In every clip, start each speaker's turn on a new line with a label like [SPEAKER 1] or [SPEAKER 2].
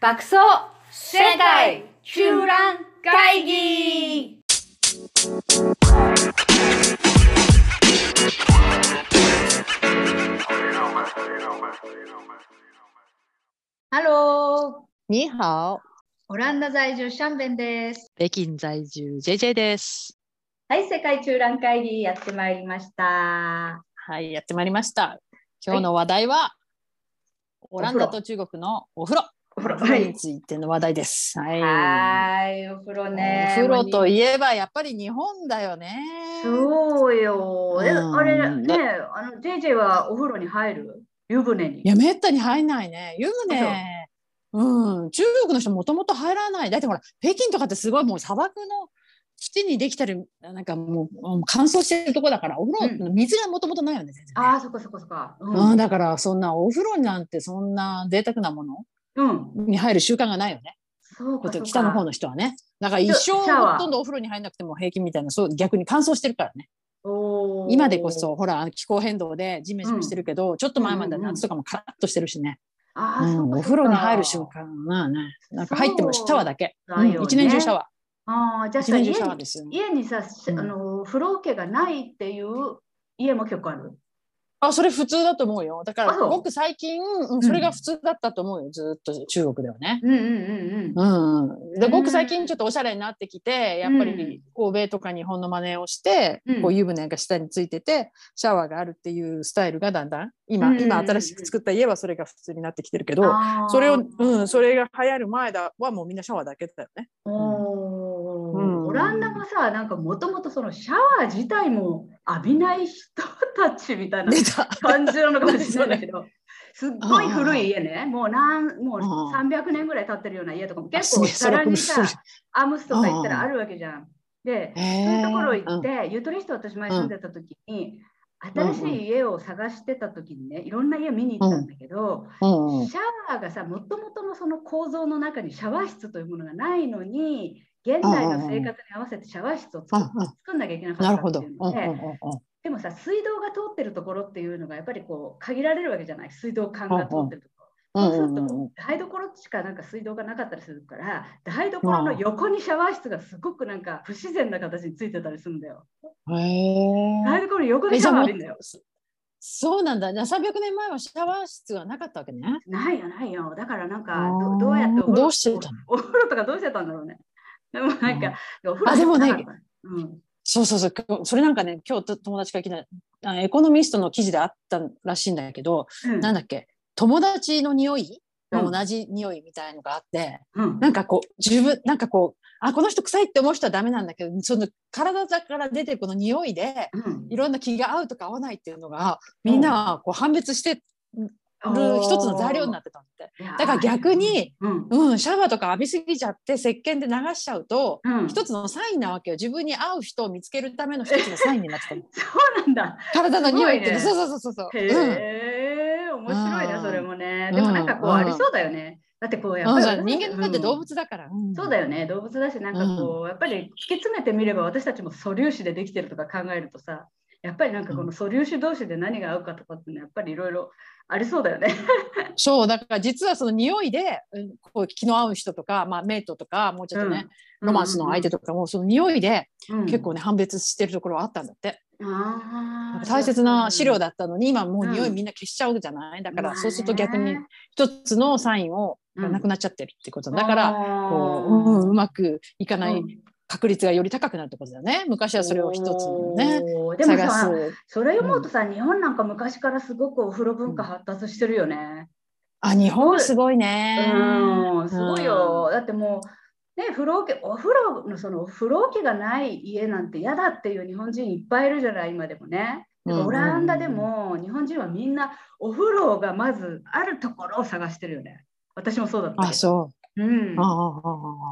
[SPEAKER 1] 爆走世界中覧会議ハロー
[SPEAKER 2] 你好，
[SPEAKER 1] オランダ在住シャンベンです。
[SPEAKER 2] 北京在住 JJ です。
[SPEAKER 1] はい、世界中覧会議やってまいりました。
[SPEAKER 2] はい、やってまいりました。今日の話題は、オランダと中国のお風呂
[SPEAKER 1] お風呂
[SPEAKER 2] お風呂についての話題です。はい。
[SPEAKER 1] はーい、お風呂ね。
[SPEAKER 2] お風呂といえばやっぱり日本だよね。
[SPEAKER 1] そうよ。え、
[SPEAKER 2] うん
[SPEAKER 1] あれね
[SPEAKER 2] だ、
[SPEAKER 1] あの JJ はお風呂に入る湯船に
[SPEAKER 2] い。やめったに入んないね。湯
[SPEAKER 1] そう
[SPEAKER 2] 船。うん、中国の人もともと入らない。だってほら、北京とかってすごいもう砂漠の土にできたり、なんかもうもう乾燥してるとこだから、お風呂、水がもともとないよね、全然ね
[SPEAKER 1] ああ、そこそこそこ。
[SPEAKER 2] う、
[SPEAKER 1] うんん。
[SPEAKER 2] だからそんなお風呂なんてそんな贅沢なもの
[SPEAKER 1] うん、
[SPEAKER 2] に入る習慣がないよね
[SPEAKER 1] そうかそうか。
[SPEAKER 2] 北の方の人はねだから一生
[SPEAKER 1] シャワー
[SPEAKER 2] ほとんどお風呂に入らなくても平気みたいなそう逆に乾燥してるからね
[SPEAKER 1] おー
[SPEAKER 2] 今でこ。そほらあの気候変動でジメジメしてるけど、ちょっと前までは夏とかもカラッとしてるしね、
[SPEAKER 1] あ
[SPEAKER 2] う
[SPEAKER 1] あ、
[SPEAKER 2] ん
[SPEAKER 1] そうかそうか
[SPEAKER 2] お風呂に入る習慣がねなんか入ってもシャワーだけ
[SPEAKER 1] そうだよね
[SPEAKER 2] うん一年中シャワ
[SPEAKER 1] ああ、じ
[SPEAKER 2] ー
[SPEAKER 1] ゃあ
[SPEAKER 2] 一
[SPEAKER 1] さ
[SPEAKER 2] 年
[SPEAKER 1] 家
[SPEAKER 2] 中シャワー
[SPEAKER 1] に
[SPEAKER 2] ですよ
[SPEAKER 1] 家にさ、し
[SPEAKER 2] うん
[SPEAKER 1] あの風呂桶がないっていう家も結構ある。
[SPEAKER 2] あそれ普通だと思うよだか
[SPEAKER 1] あ
[SPEAKER 2] ら
[SPEAKER 1] そう
[SPEAKER 2] 僕最近、うんそれが普通だったと思うよずーっと中国ではね、
[SPEAKER 1] うんうんうんうん。
[SPEAKER 2] うん、で
[SPEAKER 1] うん
[SPEAKER 2] 僕最近ちょっとおしゃれになってきてやっぱり神戸とか日本の真似をして、
[SPEAKER 1] うん
[SPEAKER 2] こう湯船が下についててシャワーがあるっていうスタイルがだんだん今、
[SPEAKER 1] うん
[SPEAKER 2] 今新しく作った家はそれが普通になってきてるけど
[SPEAKER 1] あー
[SPEAKER 2] それを、うん、それが流行る前だはもうみんなシャワーだけだよ ね。
[SPEAKER 1] おー
[SPEAKER 2] うん
[SPEAKER 1] オランダもさ、なんかもともとそのシャワー自体も浴びない人たちみたいな
[SPEAKER 2] 出た
[SPEAKER 1] 感じなのかもしれないんだけ ど、すっごい古い家ね、もうなんもう
[SPEAKER 2] ああ
[SPEAKER 1] 300年ぐらい経ってるような家とかも結
[SPEAKER 2] そ
[SPEAKER 1] 構
[SPEAKER 2] う
[SPEAKER 1] さらにさ
[SPEAKER 2] そ、
[SPEAKER 1] アムスとか行ったらあるわけじゃん。で、
[SPEAKER 2] へ
[SPEAKER 1] そう
[SPEAKER 2] え
[SPEAKER 1] いうところ行っ
[SPEAKER 2] うん
[SPEAKER 1] て、ゆとり人私前住んでた時に、新しい家を探してた時にね、いろんな家見に行ったんだけど、
[SPEAKER 2] うんうん
[SPEAKER 1] シャワーがさ、もともとのその構造の中にシャワー室というものがないのに、現代の生活に合わせてシャワー室を作,、
[SPEAKER 2] うんうん
[SPEAKER 1] 作んなきゃいけなか
[SPEAKER 2] なる
[SPEAKER 1] っ
[SPEAKER 2] ほ
[SPEAKER 1] た
[SPEAKER 2] ど。
[SPEAKER 1] っ
[SPEAKER 2] う
[SPEAKER 1] て
[SPEAKER 2] ん
[SPEAKER 1] いう
[SPEAKER 2] う
[SPEAKER 1] の
[SPEAKER 2] んう
[SPEAKER 1] で、
[SPEAKER 2] んうん
[SPEAKER 1] でもさ、水道が通ってるところっていうのがやっぱりこう限られるわけじゃない、水道管が通ってるところ。
[SPEAKER 2] うん
[SPEAKER 1] そううす
[SPEAKER 2] ん
[SPEAKER 1] る
[SPEAKER 2] うんうん
[SPEAKER 1] と台所しかなんか水道がなかったりするから台所の横にシャワー室がすごくなんか不自然な形についてたりするんだよ。
[SPEAKER 2] へえ
[SPEAKER 1] 台所の横にシャワーあるんだよ。
[SPEAKER 2] そうなんだ。じゃあ300年前はシャワー室がなかったわけね。
[SPEAKER 1] ないよないよ。だからなんか
[SPEAKER 2] あ
[SPEAKER 1] ど
[SPEAKER 2] ー
[SPEAKER 1] どうやってお風呂
[SPEAKER 2] どうしてたの
[SPEAKER 1] おお 風呂とかどうしてたんだろうね。でもなんか、お風呂
[SPEAKER 2] あでもね
[SPEAKER 1] なかったうん、
[SPEAKER 2] そうそうそう今日、それなんかね、今日と友達から聞いたあ、エコノミストの記事であったらしいんだけど、
[SPEAKER 1] うん
[SPEAKER 2] なんだっけ、友達の匂いが
[SPEAKER 1] うん
[SPEAKER 2] 同じ匂いみたいのがあって、
[SPEAKER 1] うん
[SPEAKER 2] なんかこう、自分、なんかこう、あ、この人臭いって思う人はダメなんだけど、その体から出てるこの匂いで、
[SPEAKER 1] うん
[SPEAKER 2] いろんな気が合うとか合わないっていうのが、みんなこう判別してる一つの材料になってたんだって。
[SPEAKER 1] いやー
[SPEAKER 2] だから逆に、
[SPEAKER 1] うん
[SPEAKER 2] うん、シャワーとか浴びすぎちゃって、石鹸で流しちゃうと、
[SPEAKER 1] うん、
[SPEAKER 2] 一つのサインなわけよ。自分に合う人を見つけるための一つのサインになってたの。
[SPEAKER 1] そうなんだ。
[SPEAKER 2] 体の匂いっていうの、
[SPEAKER 1] す
[SPEAKER 2] そ
[SPEAKER 1] ご
[SPEAKER 2] うそうそうそう。
[SPEAKER 1] へ
[SPEAKER 2] うん
[SPEAKER 1] え、面白いね、
[SPEAKER 2] うん
[SPEAKER 1] それもね。でもなんかこう、
[SPEAKER 2] うん
[SPEAKER 1] ありそうだよね。だってこう、やっ
[SPEAKER 2] うん、
[SPEAKER 1] ぱ
[SPEAKER 2] そう
[SPEAKER 1] り。
[SPEAKER 2] 人間だって動
[SPEAKER 1] うん
[SPEAKER 2] 物だから。
[SPEAKER 1] そうだよね、動物だし、なんかこう、やっぱり突き詰めてみれば、私たちも素粒子でできてるとか考えるとさ、やっぱりなんかこの素粒子同士で何が合うかとかってね、やっぱりいろいろありそうだよね。
[SPEAKER 2] そうだから実はその匂いで、うんこう気の合う人とか、まあ、メイトとかもうちょっとね、ロマンスの相手とかもその匂いで
[SPEAKER 1] うん、うん
[SPEAKER 2] 結、構ね、判別してるところはあったんだって
[SPEAKER 1] あー
[SPEAKER 2] 大切な資料
[SPEAKER 1] だ
[SPEAKER 2] だったのに今もう匂
[SPEAKER 1] う
[SPEAKER 2] い
[SPEAKER 1] ん
[SPEAKER 2] みんな消しちゃうじゃないだか
[SPEAKER 1] まあ
[SPEAKER 2] ら
[SPEAKER 1] ね
[SPEAKER 2] そうすると逆に一つのサインをがなくなっちゃってるってことだから、こううん、うまくいかない確率がより高くなるってことだよね昔はそれを一つのね。
[SPEAKER 1] おーでも
[SPEAKER 2] 探
[SPEAKER 1] さ、
[SPEAKER 2] す
[SPEAKER 1] それ思うとさ、日本なんか昔からすごくお風呂文化発達してるよね。
[SPEAKER 2] あ日本すごいね。
[SPEAKER 1] うん、すごいよ。だってもう、ね、風呂桶、お風呂のその風呂桶がない家なんて嫌だっていう日本人いっぱいいるじゃない、今でもね。だからオランダでも日本人はみんなお風呂がまずあるところを探してるよね。私もそうだったけど。
[SPEAKER 2] あそううんあ。ああああ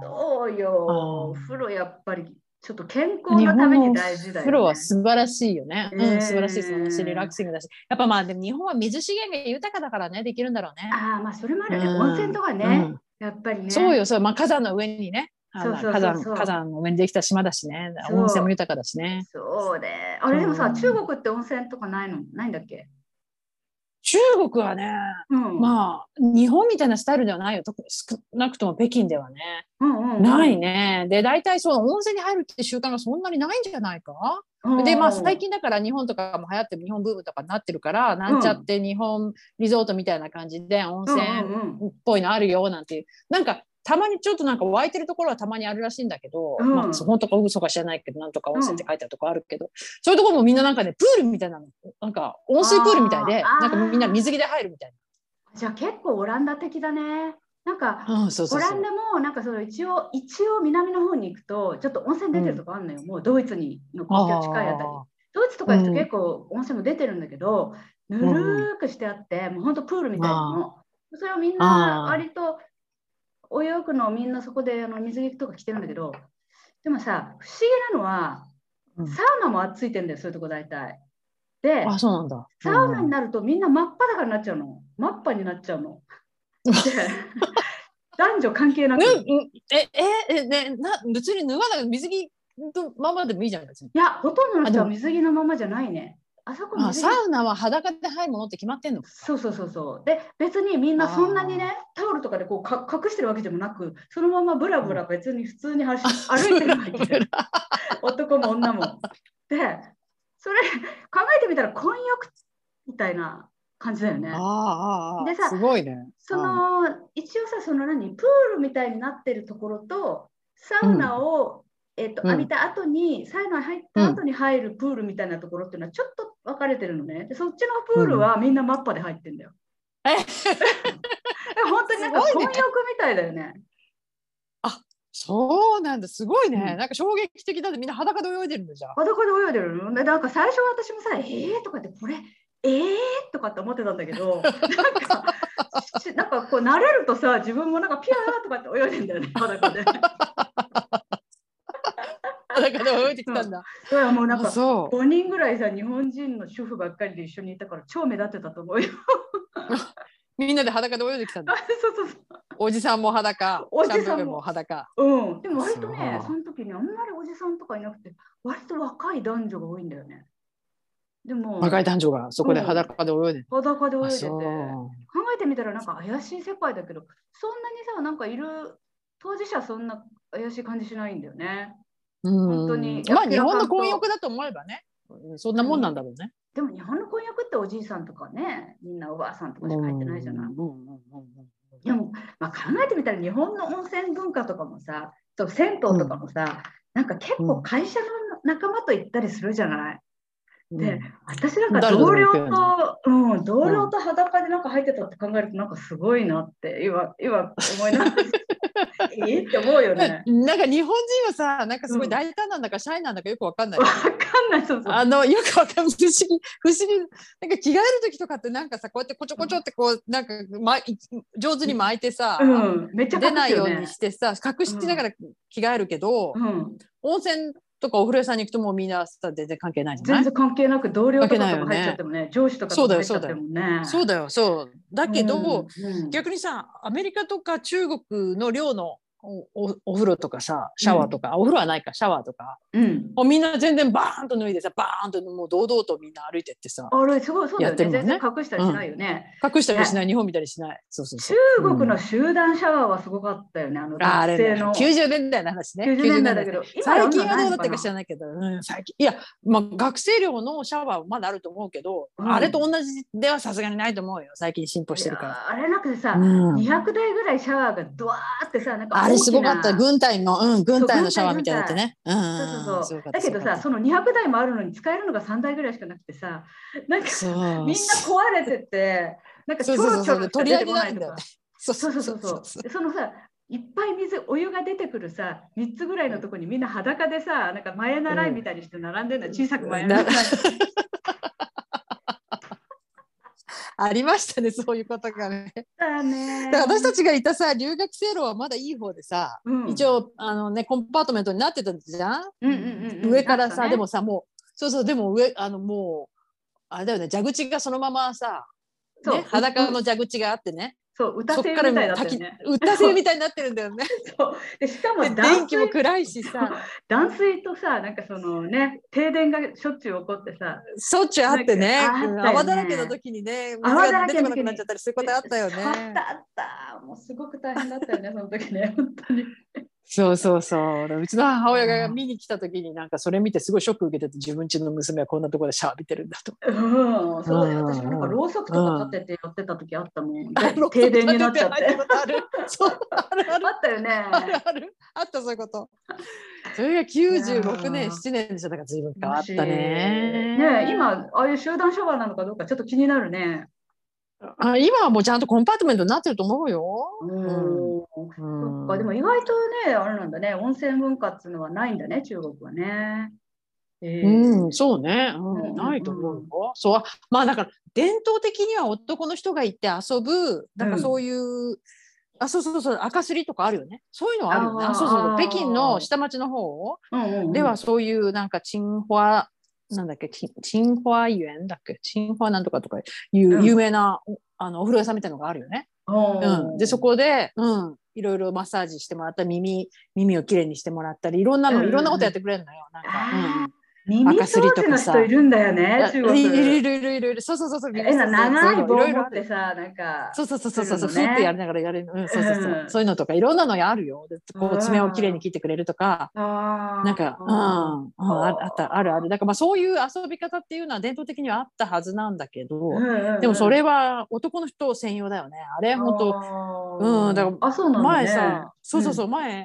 [SPEAKER 1] そうよ。お
[SPEAKER 2] あー
[SPEAKER 1] 風呂やっぱりちょっと健康のために大事だよね。
[SPEAKER 2] 日本の風呂は素晴らしいよね。
[SPEAKER 1] ね
[SPEAKER 2] うん、素晴らしい素晴らしいリラクシングだし、やっぱまあでも日本は水資源が豊かだからねできるんだろう
[SPEAKER 1] ああ、まあそれもあるね。
[SPEAKER 2] うん
[SPEAKER 1] 温泉とかね。
[SPEAKER 2] ね。うん
[SPEAKER 1] やっぱりね。
[SPEAKER 2] そうよそうまあ火山の上にね、あの
[SPEAKER 1] そうそうそう
[SPEAKER 2] 火山
[SPEAKER 1] そう
[SPEAKER 2] 火山の上にできた島だしね、
[SPEAKER 1] そう
[SPEAKER 2] 温泉も豊かだしね。
[SPEAKER 1] そうね。あれでもさ、
[SPEAKER 2] うん
[SPEAKER 1] 中国って温泉とかないのないんだっけ
[SPEAKER 2] 中国はね、
[SPEAKER 1] うん
[SPEAKER 2] まあ、日本みたいなスタイルではないよ。特に少なくとも北京ではね。
[SPEAKER 1] うんうんうん
[SPEAKER 2] ないね。で、大体そう、温泉に入るって習慣がそんなにないんじゃないか
[SPEAKER 1] うん
[SPEAKER 2] で、まあ、最近だから日本とかも流行って、日本ブームとかになってるから、なんちゃって日本リゾートみたいな感じで
[SPEAKER 1] う
[SPEAKER 2] 温
[SPEAKER 1] ん
[SPEAKER 2] 泉
[SPEAKER 1] うん
[SPEAKER 2] っぽいのあるよなんていう。なんか、たまにちょっとなんか湧いてるところはたまにあるらしいんだけど、
[SPEAKER 1] うん
[SPEAKER 2] まあ、そこのとか嘘か知らないけど、なんとか温泉って書いてあるとこあるけど、そういうとこもみんななんかね、プールみたいなの、なんか温水プールみたいで、
[SPEAKER 1] あー
[SPEAKER 2] なんかみんな水着で入るみたい
[SPEAKER 1] じゃあ結構オランダ的だねなんか
[SPEAKER 2] な。うん、そうそ
[SPEAKER 1] オ
[SPEAKER 2] う
[SPEAKER 1] ラ
[SPEAKER 2] そう
[SPEAKER 1] ン。ダもなんかその一応一応南の方に行くとちょっと温泉出てるとこあるのよ、もうドイツにの国境近いあたり
[SPEAKER 2] あー
[SPEAKER 1] ドイツとか行くと結構温泉も出てるんだけど、
[SPEAKER 2] ん
[SPEAKER 1] ぬるーくしてあってもうほんとプールみたいなのそれをみんな
[SPEAKER 2] あー
[SPEAKER 1] 割と泳ぐのをみんなそこであの水着とか着てるんだけどでもさ不思議なのは
[SPEAKER 2] うん
[SPEAKER 1] サウナもついてんだよそういうとこ大体。で
[SPEAKER 2] あ、そうなんだ。
[SPEAKER 1] サウナになるとみんな真っ裸になっちゃうの。真っ裸になっちゃう の。で男女関係なく。い
[SPEAKER 2] うんうんえ、え、え、ね、な、別に脱がない、水着のままでもいいじゃん、別に。
[SPEAKER 1] や、ほとんどの人
[SPEAKER 2] あで
[SPEAKER 1] は
[SPEAKER 2] も
[SPEAKER 1] 水着のままじゃないね。あそこ
[SPEAKER 2] あ、
[SPEAKER 1] 水着
[SPEAKER 2] サウナは裸で入るものって決まってんの。
[SPEAKER 1] そうそうそうそう。で、別にみんなそんなにね、タオルとかでこうか隠してるわけでもなく、そのままブラブラ別に普通に走歩いてるわけで男も女も。で、それ考えてみたら婚約みたいな感じだよね。
[SPEAKER 2] ああ、ああ
[SPEAKER 1] でさ
[SPEAKER 2] すごいね。
[SPEAKER 1] そ
[SPEAKER 2] うん、
[SPEAKER 1] の一応さその何プールみたいになってるところとサウナを、えっと
[SPEAKER 2] うん
[SPEAKER 1] 浴びた後にサウナ入った後に入るプールみたいなところっていうのはちょっと分かれてるのねでそっちのプールはみんなマッパで入ってんだよ。
[SPEAKER 2] え
[SPEAKER 1] 本当になんか
[SPEAKER 2] すご
[SPEAKER 1] 混
[SPEAKER 2] いね
[SPEAKER 1] 浴みたいだよね。
[SPEAKER 2] そうなんだ、すごいね。
[SPEAKER 1] うん
[SPEAKER 2] なんか衝撃的だって、みんな裸で泳いでるんだじゃん。
[SPEAKER 1] 裸で泳いでるのでなんか最初は私もさ「えー?」とかってこれ「えー?」とかって思ってたんだけど なんかしなんかこう慣れるとさ自分もなんかピューとかって泳いでんだよね裸 で。
[SPEAKER 2] 裸で泳いできたんだ。
[SPEAKER 1] それはもうなんか
[SPEAKER 2] あそう。
[SPEAKER 1] 5人ぐらいさ日本人の主婦ばっかりで一緒にいたから超目立ってたと思うよ。
[SPEAKER 2] みんなで裸で泳いできたん
[SPEAKER 1] そう
[SPEAKER 2] だ。
[SPEAKER 1] そうそ
[SPEAKER 2] おじさんも裸、
[SPEAKER 1] おじさんも
[SPEAKER 2] シャンプーも裸。
[SPEAKER 1] う。うん。でも割とね
[SPEAKER 2] そう
[SPEAKER 1] その時にあんまりおじさんとかいなくて割と若い男女が多いんだよね。でも
[SPEAKER 2] 若い男女がそこで裸で泳いでる。
[SPEAKER 1] 裸で泳い
[SPEAKER 2] あ
[SPEAKER 1] でて
[SPEAKER 2] そう
[SPEAKER 1] 考えてみたらなんか怪しい世界だけどそんなにさなんかいる当事者そんな怪しい感じしないんだよね。
[SPEAKER 2] 本
[SPEAKER 1] 当に
[SPEAKER 2] まあ、日本の婚欲だと思えばね。うんそんなもんなんだろうね。
[SPEAKER 1] でも日本の婚約っておじいさんとかねみんなおばあさんとかしか入ってないじゃない。
[SPEAKER 2] うんうんうんうん
[SPEAKER 1] いやもう、まあ、考えてみたら日本の温泉文化とかもさそう銭湯とかもさ、なんか結構会社の仲間と行ったりするじゃない、
[SPEAKER 2] うん
[SPEAKER 1] で私なんか
[SPEAKER 2] 誰と
[SPEAKER 1] 同
[SPEAKER 2] で
[SPEAKER 1] 僚
[SPEAKER 2] も行
[SPEAKER 1] と
[SPEAKER 2] くよね
[SPEAKER 1] うん、同僚と裸でなんか入ってたって考えるとなんかすごいなって今今思いながら ええって思うよね。
[SPEAKER 2] なんか日本人はさ、なんかすご
[SPEAKER 1] う
[SPEAKER 2] い
[SPEAKER 1] ん
[SPEAKER 2] 大胆なんだか、シャイなんだかよくわかんない
[SPEAKER 1] わ。かんないそうそう
[SPEAKER 2] あのよくわかんない不思議不思議なんか着替える時とかってなんかさこうやってこちょこちょってこうなんか、ま、い上手に巻いてさ、
[SPEAKER 1] うん、めっちゃ
[SPEAKER 2] 出
[SPEAKER 1] 隠
[SPEAKER 2] な
[SPEAKER 1] す
[SPEAKER 2] いよ
[SPEAKER 1] よ
[SPEAKER 2] う
[SPEAKER 1] ね
[SPEAKER 2] に。してさ隠しながら着替えるけど、
[SPEAKER 1] うん、
[SPEAKER 2] 温泉とかお風呂屋さんに行くともうみんなさ全然関係ないじゃな
[SPEAKER 1] 全
[SPEAKER 2] い
[SPEAKER 1] 然関係なく同僚とかとも入っちゃってもね上司とかとも入っちゃってもね。
[SPEAKER 2] そうだよそうだけど、
[SPEAKER 1] うん、うん
[SPEAKER 2] 逆にさアメリカとか中国の寮のおおお風呂とかさシャワーとか、お風呂はないかシャワーとか
[SPEAKER 1] うん
[SPEAKER 2] もうみんな全然バーンと脱いでさバーンともう堂々とみんな歩いてってさ
[SPEAKER 1] あれすごいそうだよ
[SPEAKER 2] やって
[SPEAKER 1] ね
[SPEAKER 2] るもん
[SPEAKER 1] 全
[SPEAKER 2] ね
[SPEAKER 1] 然隠したりしないよね。
[SPEAKER 2] 隠したりしない日本みたりしないそうそうそ
[SPEAKER 1] 中
[SPEAKER 2] う
[SPEAKER 1] 国の集団シャワーはすごかったよね、あの
[SPEAKER 2] ああ
[SPEAKER 1] 学
[SPEAKER 2] れ
[SPEAKER 1] 生
[SPEAKER 2] ね
[SPEAKER 1] の
[SPEAKER 2] 90年代の話ね
[SPEAKER 1] 90年代だけ
[SPEAKER 2] 90
[SPEAKER 1] ど、今
[SPEAKER 2] 最近はどうだった
[SPEAKER 1] やんの
[SPEAKER 2] か
[SPEAKER 1] い
[SPEAKER 2] 知らないけど、うん、最近いや、まあ、学生寮のシャワーはまだあると思うけど、
[SPEAKER 1] うん
[SPEAKER 2] あれと同じではさすがにないと思うよ最近進歩してる
[SPEAKER 1] い
[SPEAKER 2] か
[SPEAKER 1] やあれなくてさ、
[SPEAKER 2] ら、うん、
[SPEAKER 1] 200台ぐらいシャワーがドワーってさ、なんか
[SPEAKER 2] あれすごかっ
[SPEAKER 1] 大きな
[SPEAKER 2] た軍隊の、うん、軍隊のシャワー
[SPEAKER 1] そう軍隊
[SPEAKER 2] みたいなのってねうん
[SPEAKER 1] そうそ
[SPEAKER 2] うん
[SPEAKER 1] う
[SPEAKER 2] す
[SPEAKER 1] そ
[SPEAKER 2] ご
[SPEAKER 1] う。
[SPEAKER 2] か
[SPEAKER 1] だ
[SPEAKER 2] った
[SPEAKER 1] け
[SPEAKER 2] す
[SPEAKER 1] ど
[SPEAKER 2] ごかっ
[SPEAKER 1] さ、
[SPEAKER 2] た
[SPEAKER 1] その200台もあるのに使えるのが3台ぐらいしかなくてさ、なんか
[SPEAKER 2] そう
[SPEAKER 1] みんな壊れてて、なんかちょろちょろしか出てこないとか。
[SPEAKER 2] そう
[SPEAKER 1] そうそうそうそう。でそのさ、いっぱい水、お湯が出てくるさ、3つぐらいのとこにみんな裸でさ、なんか前習いみたいにして並んでるの、小さく前習い。
[SPEAKER 2] ありましたねそういうことがね。
[SPEAKER 1] だね。
[SPEAKER 2] だから私たちがいたさ留学生路はまだいい方でさ、
[SPEAKER 1] うん
[SPEAKER 2] 一応あのねコンパートメントになってたじゃん,、
[SPEAKER 1] うんうんうんうん
[SPEAKER 2] 上から
[SPEAKER 1] あった
[SPEAKER 2] さ、
[SPEAKER 1] ね
[SPEAKER 2] でもさもうそうそうでも上あのもうあれだよね蛇口がそのままさ、
[SPEAKER 1] そう
[SPEAKER 2] ね、裸の蛇口があってね
[SPEAKER 1] そう歌
[SPEAKER 2] そっ
[SPEAKER 1] 声み
[SPEAKER 2] から
[SPEAKER 1] たいだ
[SPEAKER 2] も
[SPEAKER 1] った
[SPEAKER 2] う
[SPEAKER 1] よ
[SPEAKER 2] 滝
[SPEAKER 1] ね。
[SPEAKER 2] 歌声みたいになってるんだよね。
[SPEAKER 1] そうでしかも
[SPEAKER 2] で 電
[SPEAKER 1] 断
[SPEAKER 2] 気
[SPEAKER 1] 水
[SPEAKER 2] も暗いしさ、
[SPEAKER 1] 断水とさなんかそのね停電がしょっちゅう起こってさ
[SPEAKER 2] しょっちゅうあってね、
[SPEAKER 1] なんかあったよね
[SPEAKER 2] うん泡だらけの時にね、水
[SPEAKER 1] 泡だ
[SPEAKER 2] が
[SPEAKER 1] ら
[SPEAKER 2] 出
[SPEAKER 1] け
[SPEAKER 2] て
[SPEAKER 1] の時に
[SPEAKER 2] こなくなっちゃったりすることあったよ
[SPEAKER 1] あっ
[SPEAKER 2] ね。
[SPEAKER 1] たあったもうすごく大変だったよねその時ね本当に。
[SPEAKER 2] そうそうそう。でうちの母親が見に来た時になんかそれ見てすごいショック受けてて、自分家の娘はこんなところでシャワー浴びてるんだと。
[SPEAKER 1] うん、そうだよ
[SPEAKER 2] うん
[SPEAKER 1] 私もなんかろうそくとか立ててやってた時あったもん。
[SPEAKER 2] あろうそ
[SPEAKER 1] で
[SPEAKER 2] く
[SPEAKER 1] 停電になっちゃ って。
[SPEAKER 2] 立てて入ったことある。そう、ある
[SPEAKER 1] あ
[SPEAKER 2] あ
[SPEAKER 1] っ
[SPEAKER 2] る。
[SPEAKER 1] たよ
[SPEAKER 2] あ
[SPEAKER 1] ね。
[SPEAKER 2] るある。あった、そういうこと。 それが96
[SPEAKER 1] い
[SPEAKER 2] 年、
[SPEAKER 1] やー
[SPEAKER 2] 7年でした。だから随 分変わったね。
[SPEAKER 1] ねえ今、ああいう集団シャワーなのかどうかちょっと気になるね。
[SPEAKER 2] あ。今はもうちゃんとコンパートメントになってると思うよ。
[SPEAKER 1] うん。
[SPEAKER 2] う
[SPEAKER 1] そ
[SPEAKER 2] ん
[SPEAKER 1] っか、でも意外とね、あれなんだね、温泉文化っていうのはないんだね、中国はね。え
[SPEAKER 2] う
[SPEAKER 1] ー
[SPEAKER 2] ん、そうね、うん
[SPEAKER 1] うんうん
[SPEAKER 2] ないと思うよ。そうあまあだから伝統的には男の人が行って遊ぶなんかそういう、あそうそうそう赤すりとかあるよねそういうのはあるよね
[SPEAKER 1] あー
[SPEAKER 2] あそうそうそう
[SPEAKER 1] あー
[SPEAKER 2] 北京の下町の方
[SPEAKER 1] うんうんうん
[SPEAKER 2] ではそういうなんかチンホアなんだっけチンチンホア園だっけチンホアなんとかとかいう、
[SPEAKER 1] うん
[SPEAKER 2] 有名なおあのお風呂屋さんみたいなのがあるよね。うん、でそこで、うん、いろいろマッサージしてもらったり耳耳をきれいにしてもらったりいろんなの、
[SPEAKER 1] うんうん
[SPEAKER 2] いろんなことやってくれるのよなんか。うん
[SPEAKER 1] あー耳掃除の人いるんだよね、中国。
[SPEAKER 2] いるいるいるいるいるそうそうそうそう
[SPEAKER 1] えな長い棒
[SPEAKER 2] ろい
[SPEAKER 1] 持
[SPEAKER 2] ろあ
[SPEAKER 1] っ
[SPEAKER 2] る
[SPEAKER 1] てさ、なんか。
[SPEAKER 2] そうそうそうそうそうそう
[SPEAKER 1] するのね
[SPEAKER 2] ってやりながらやれる、うん、そうそうそう、
[SPEAKER 1] うん
[SPEAKER 2] そういうのとかいろんなのがあるよでこ
[SPEAKER 1] う
[SPEAKER 2] うん爪をきれいに切ってくれるとか、
[SPEAKER 1] な
[SPEAKER 2] なんか、うんうん、ああったあるあるだからまあそういう遊び方っていうのは伝統的にはあったはずなんだけど、でもそれは男の人専用だよねあれ本当
[SPEAKER 1] 当
[SPEAKER 2] うんだから
[SPEAKER 1] あ、そうなんだ、ね。
[SPEAKER 2] 前さ、そうそうそう、前、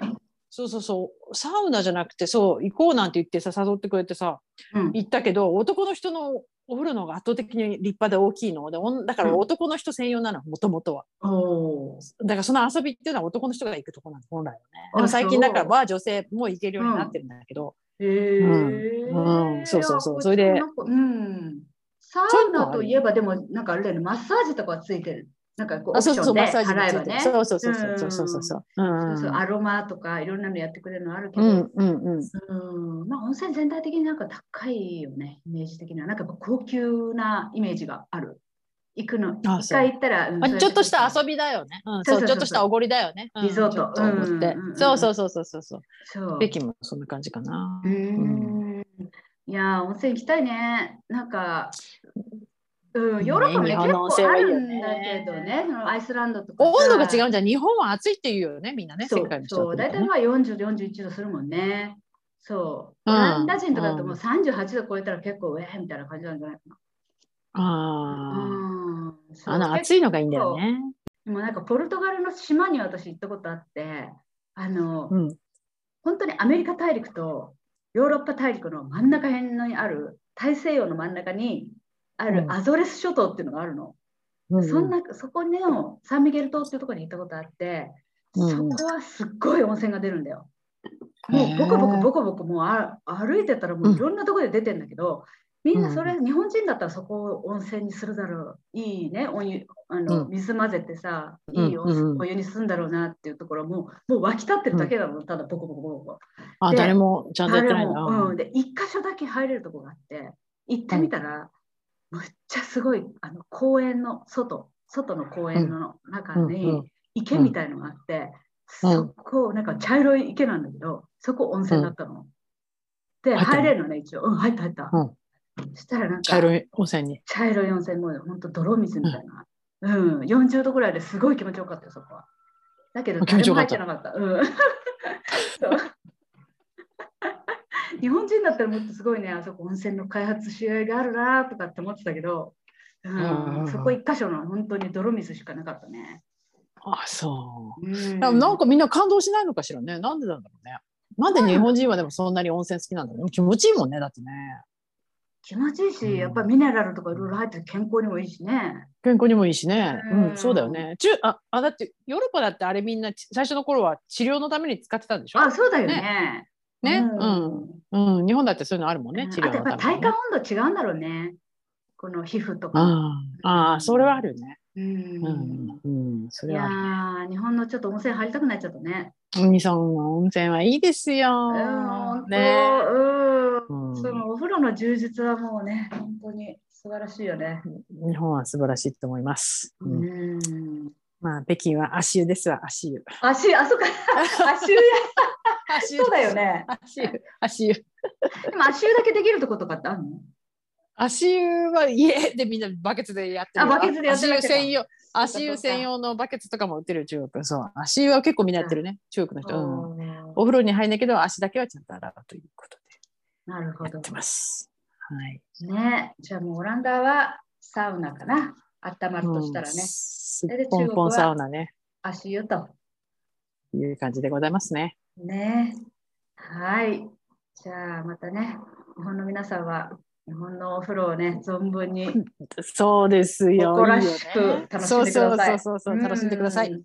[SPEAKER 2] そうそうそう、サウナじゃなくて、そう、行こうなんて言ってさ、誘ってくれてさ、
[SPEAKER 1] うん
[SPEAKER 2] 行ったけど、男の人のお風呂の方が圧倒的に立派で大きいので、おんだから
[SPEAKER 1] うん
[SPEAKER 2] 男の人専用なの、もともとは。
[SPEAKER 1] おー
[SPEAKER 2] だからその遊びっていうのは男の人が行くとこなの、本来はね。
[SPEAKER 1] あ
[SPEAKER 2] でも最
[SPEAKER 1] そ
[SPEAKER 2] 近
[SPEAKER 1] う
[SPEAKER 2] だからは女性も行けるようになってるんだけど、
[SPEAKER 1] へー
[SPEAKER 2] うんうんそうそうそう
[SPEAKER 1] いや
[SPEAKER 2] それで
[SPEAKER 1] こっちもなんかうん。サウナといえば、でも、なんかあれだよね、マッサージとかついてる。なんかこう、
[SPEAKER 2] あ
[SPEAKER 1] オプショ
[SPEAKER 2] そうそうそう、
[SPEAKER 1] ン
[SPEAKER 2] マ
[SPEAKER 1] で
[SPEAKER 2] ッサージも
[SPEAKER 1] 払えば
[SPEAKER 2] ついて
[SPEAKER 1] ね。
[SPEAKER 2] る
[SPEAKER 1] そう
[SPEAKER 2] そうそうそうそうそうそうそう。うん
[SPEAKER 1] そうアロマとかいろんなのやってくれるのあるけ
[SPEAKER 2] う
[SPEAKER 1] ど、
[SPEAKER 2] んうんうん。
[SPEAKER 1] うんまあ、温泉全体的になんか高いよね、イメージ的な。なんかこう高級なイメージがある。行くの、
[SPEAKER 2] あ
[SPEAKER 1] 一回行ったら、うん
[SPEAKER 2] まあ、ちょっとした
[SPEAKER 1] び。
[SPEAKER 2] 遊びだよね。うん、
[SPEAKER 1] そう
[SPEAKER 2] そ、
[SPEAKER 1] そうう
[SPEAKER 2] ちょっとしたおごりだよね。うん
[SPEAKER 1] リゾート
[SPEAKER 2] ちょっとおごって
[SPEAKER 1] うんうんうんうん
[SPEAKER 2] そうそうそうそうそうそう。
[SPEAKER 1] そう
[SPEAKER 2] 北京もそんな感じかな
[SPEAKER 1] う。んいやー、温泉行きたいね。なんか、うん、ヨーロッパもね、
[SPEAKER 2] ね
[SPEAKER 1] 結
[SPEAKER 2] 日本の温
[SPEAKER 1] 構
[SPEAKER 2] 泉
[SPEAKER 1] あ
[SPEAKER 2] はいいよ
[SPEAKER 1] る
[SPEAKER 2] ね
[SPEAKER 1] んだけどね、そのアイスランドとかさ。
[SPEAKER 2] 温度が違うんじゃん、日本は暑いって言うよね、みんなね、
[SPEAKER 1] そ
[SPEAKER 2] 世
[SPEAKER 1] う
[SPEAKER 2] 界の人
[SPEAKER 1] そう、
[SPEAKER 2] は
[SPEAKER 1] 大
[SPEAKER 2] ね
[SPEAKER 1] 体まあ40、41度するもんね。そう。
[SPEAKER 2] うん
[SPEAKER 1] オランダ人とかだともう
[SPEAKER 2] う
[SPEAKER 1] 38度超えたら結構、えーみたいな感じなんじゃないかな。う
[SPEAKER 2] あ
[SPEAKER 1] ん
[SPEAKER 2] あ、
[SPEAKER 1] そう
[SPEAKER 2] あの暑いのがいいんだよね。
[SPEAKER 1] でもなんかポルトガルの島に私行ったことあってあの、
[SPEAKER 2] うん。
[SPEAKER 1] 本当にアメリカ大陸とヨーロッパ大陸の真ん中辺にある大西洋の真ん中にあ
[SPEAKER 2] う
[SPEAKER 1] る
[SPEAKER 2] ん
[SPEAKER 1] アゾレス諸島っていうのがあるの、
[SPEAKER 2] う
[SPEAKER 1] そんなそこのサンミゲル島っていうところに行ったことあって、
[SPEAKER 2] うん
[SPEAKER 1] そこはすっごい温泉が出るんだよ。
[SPEAKER 2] へ
[SPEAKER 1] も
[SPEAKER 2] ー
[SPEAKER 1] うボコボコボコボコもうあ歩いてたらもういろんなところで出てんだけど、みんなそれ、日本人だったらそこを温泉にするだろういいねお湯あの、
[SPEAKER 2] うん
[SPEAKER 1] 水混ぜてさ
[SPEAKER 2] うん
[SPEAKER 1] いいお,、
[SPEAKER 2] うんうん
[SPEAKER 1] お湯にするんだろうなっていうところももう湧き立ってるだけだもん、ただボコボコボコボコ。
[SPEAKER 2] あ、
[SPEAKER 1] で
[SPEAKER 2] 誰もちゃんとやってないな。
[SPEAKER 1] あれもうん、で一箇所だけ入れるとこがあって行ってみたら、むっちゃすごいあの公園の外外の公園の中に、
[SPEAKER 2] うんうん
[SPEAKER 1] 池みたいのがあって、
[SPEAKER 2] うん
[SPEAKER 1] そこなんか茶色い池なんだけどそこ温泉だったの。で
[SPEAKER 2] 入ったの
[SPEAKER 1] 入れるのね一応、うん、入った入った。
[SPEAKER 2] うん
[SPEAKER 1] そしたらなんか
[SPEAKER 2] 茶色い温泉に。
[SPEAKER 1] 茶色い温泉もう本当泥水みたいな、うん40度ぐらいですごい気持ちよかったよそこはだけど
[SPEAKER 2] 気持
[SPEAKER 1] 誰
[SPEAKER 2] ちよ
[SPEAKER 1] も
[SPEAKER 2] か
[SPEAKER 1] 入
[SPEAKER 2] っ
[SPEAKER 1] ったてなかったうんそう 日本人だったらもっとすごいねあそこ温泉の開発し合いがあるなとかって思ってたけど、う
[SPEAKER 2] うんうん
[SPEAKER 1] ん
[SPEAKER 2] うん
[SPEAKER 1] そこ一箇所の本当に泥水しかなかったね、
[SPEAKER 2] あ、そう。
[SPEAKER 1] うん
[SPEAKER 2] でもなんかみんな感動しないのかしらね。なんでなんだろうね。なんで日本人はでもそんなに温泉好きなんだろうね。気持ちいいもんね、だってね。
[SPEAKER 1] 気持ちいいしやっぱりミネラルとかいろいろ入って健康にもいいしね
[SPEAKER 2] 健康にもいいしね。う、
[SPEAKER 1] うんん
[SPEAKER 2] そうだよね。中ああだってヨーロッパだってあれみんなち最初の頃は治療のために使ってたんでしょ
[SPEAKER 1] あそうだよね
[SPEAKER 2] ね、
[SPEAKER 1] う
[SPEAKER 2] うん、うん、日本だってそういうのあるもんね。治
[SPEAKER 1] あ
[SPEAKER 2] 療
[SPEAKER 1] とやっ
[SPEAKER 2] の
[SPEAKER 1] ぱ
[SPEAKER 2] た
[SPEAKER 1] 体
[SPEAKER 2] めに、ね
[SPEAKER 1] 感。温度違うんだろうね。この皮膚とか。
[SPEAKER 2] ああああ、それはあるよね。
[SPEAKER 1] う
[SPEAKER 2] うん
[SPEAKER 1] ん、
[SPEAKER 2] うん、そ
[SPEAKER 1] い
[SPEAKER 2] れはある。
[SPEAKER 1] やー日本のちょっと温泉入りたくなっちゃったね。
[SPEAKER 2] お兄さんの温泉はいいです
[SPEAKER 1] うん、
[SPEAKER 2] よ
[SPEAKER 1] 本。当、
[SPEAKER 2] ね。
[SPEAKER 1] う。
[SPEAKER 2] うんん、
[SPEAKER 1] そのお風呂の充実はもうね、本当に素晴らしいよね。
[SPEAKER 2] 日本は素晴らしいと思います。
[SPEAKER 1] う
[SPEAKER 2] うん
[SPEAKER 1] ん。
[SPEAKER 2] まあ、北京は足湯ですわ、足 湯。
[SPEAKER 1] 足、あ そっか、足湯や、
[SPEAKER 2] 足
[SPEAKER 1] そうだよ。ね。
[SPEAKER 2] 足湯、足湯。
[SPEAKER 1] でも足湯だけできるとことかってあるの
[SPEAKER 2] 足湯は家でみんなバケツでやってるよ。
[SPEAKER 1] あバケツでやってるわけ
[SPEAKER 2] 足湯
[SPEAKER 1] だ
[SPEAKER 2] 専用。
[SPEAKER 1] か
[SPEAKER 2] 足湯専用のバケツとかも売ってるよ中国。そう。足湯は結構みんなやってるね、中国の人。うんお風呂に入んないけど、足だけはちゃんと洗うということ
[SPEAKER 1] なるほ
[SPEAKER 2] でや
[SPEAKER 1] ど
[SPEAKER 2] っ。てます。はい。
[SPEAKER 1] ね、じゃあもうオランダはサウナかな。温まるとしたらね
[SPEAKER 2] うん、す
[SPEAKER 1] れで中
[SPEAKER 2] ポ
[SPEAKER 1] 国は
[SPEAKER 2] ンポンサウナね。
[SPEAKER 1] 足湯と。
[SPEAKER 2] いう感じでございますね。
[SPEAKER 1] ね。はい。じゃあまたね、日本の皆さんは日本のお風呂をね、存分に
[SPEAKER 2] そうですよ。
[SPEAKER 1] 誇らし
[SPEAKER 2] いい
[SPEAKER 1] く
[SPEAKER 2] よね
[SPEAKER 1] 楽しんでください。
[SPEAKER 2] そうそうそうそう、楽しんでくださ
[SPEAKER 1] う
[SPEAKER 2] い。。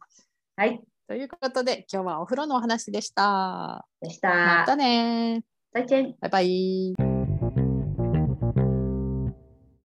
[SPEAKER 1] はい、
[SPEAKER 2] ということで、今日はお風呂のお話でした。
[SPEAKER 1] でし
[SPEAKER 2] ま
[SPEAKER 1] た
[SPEAKER 2] た。ね。
[SPEAKER 1] 再見。
[SPEAKER 2] バイバイ。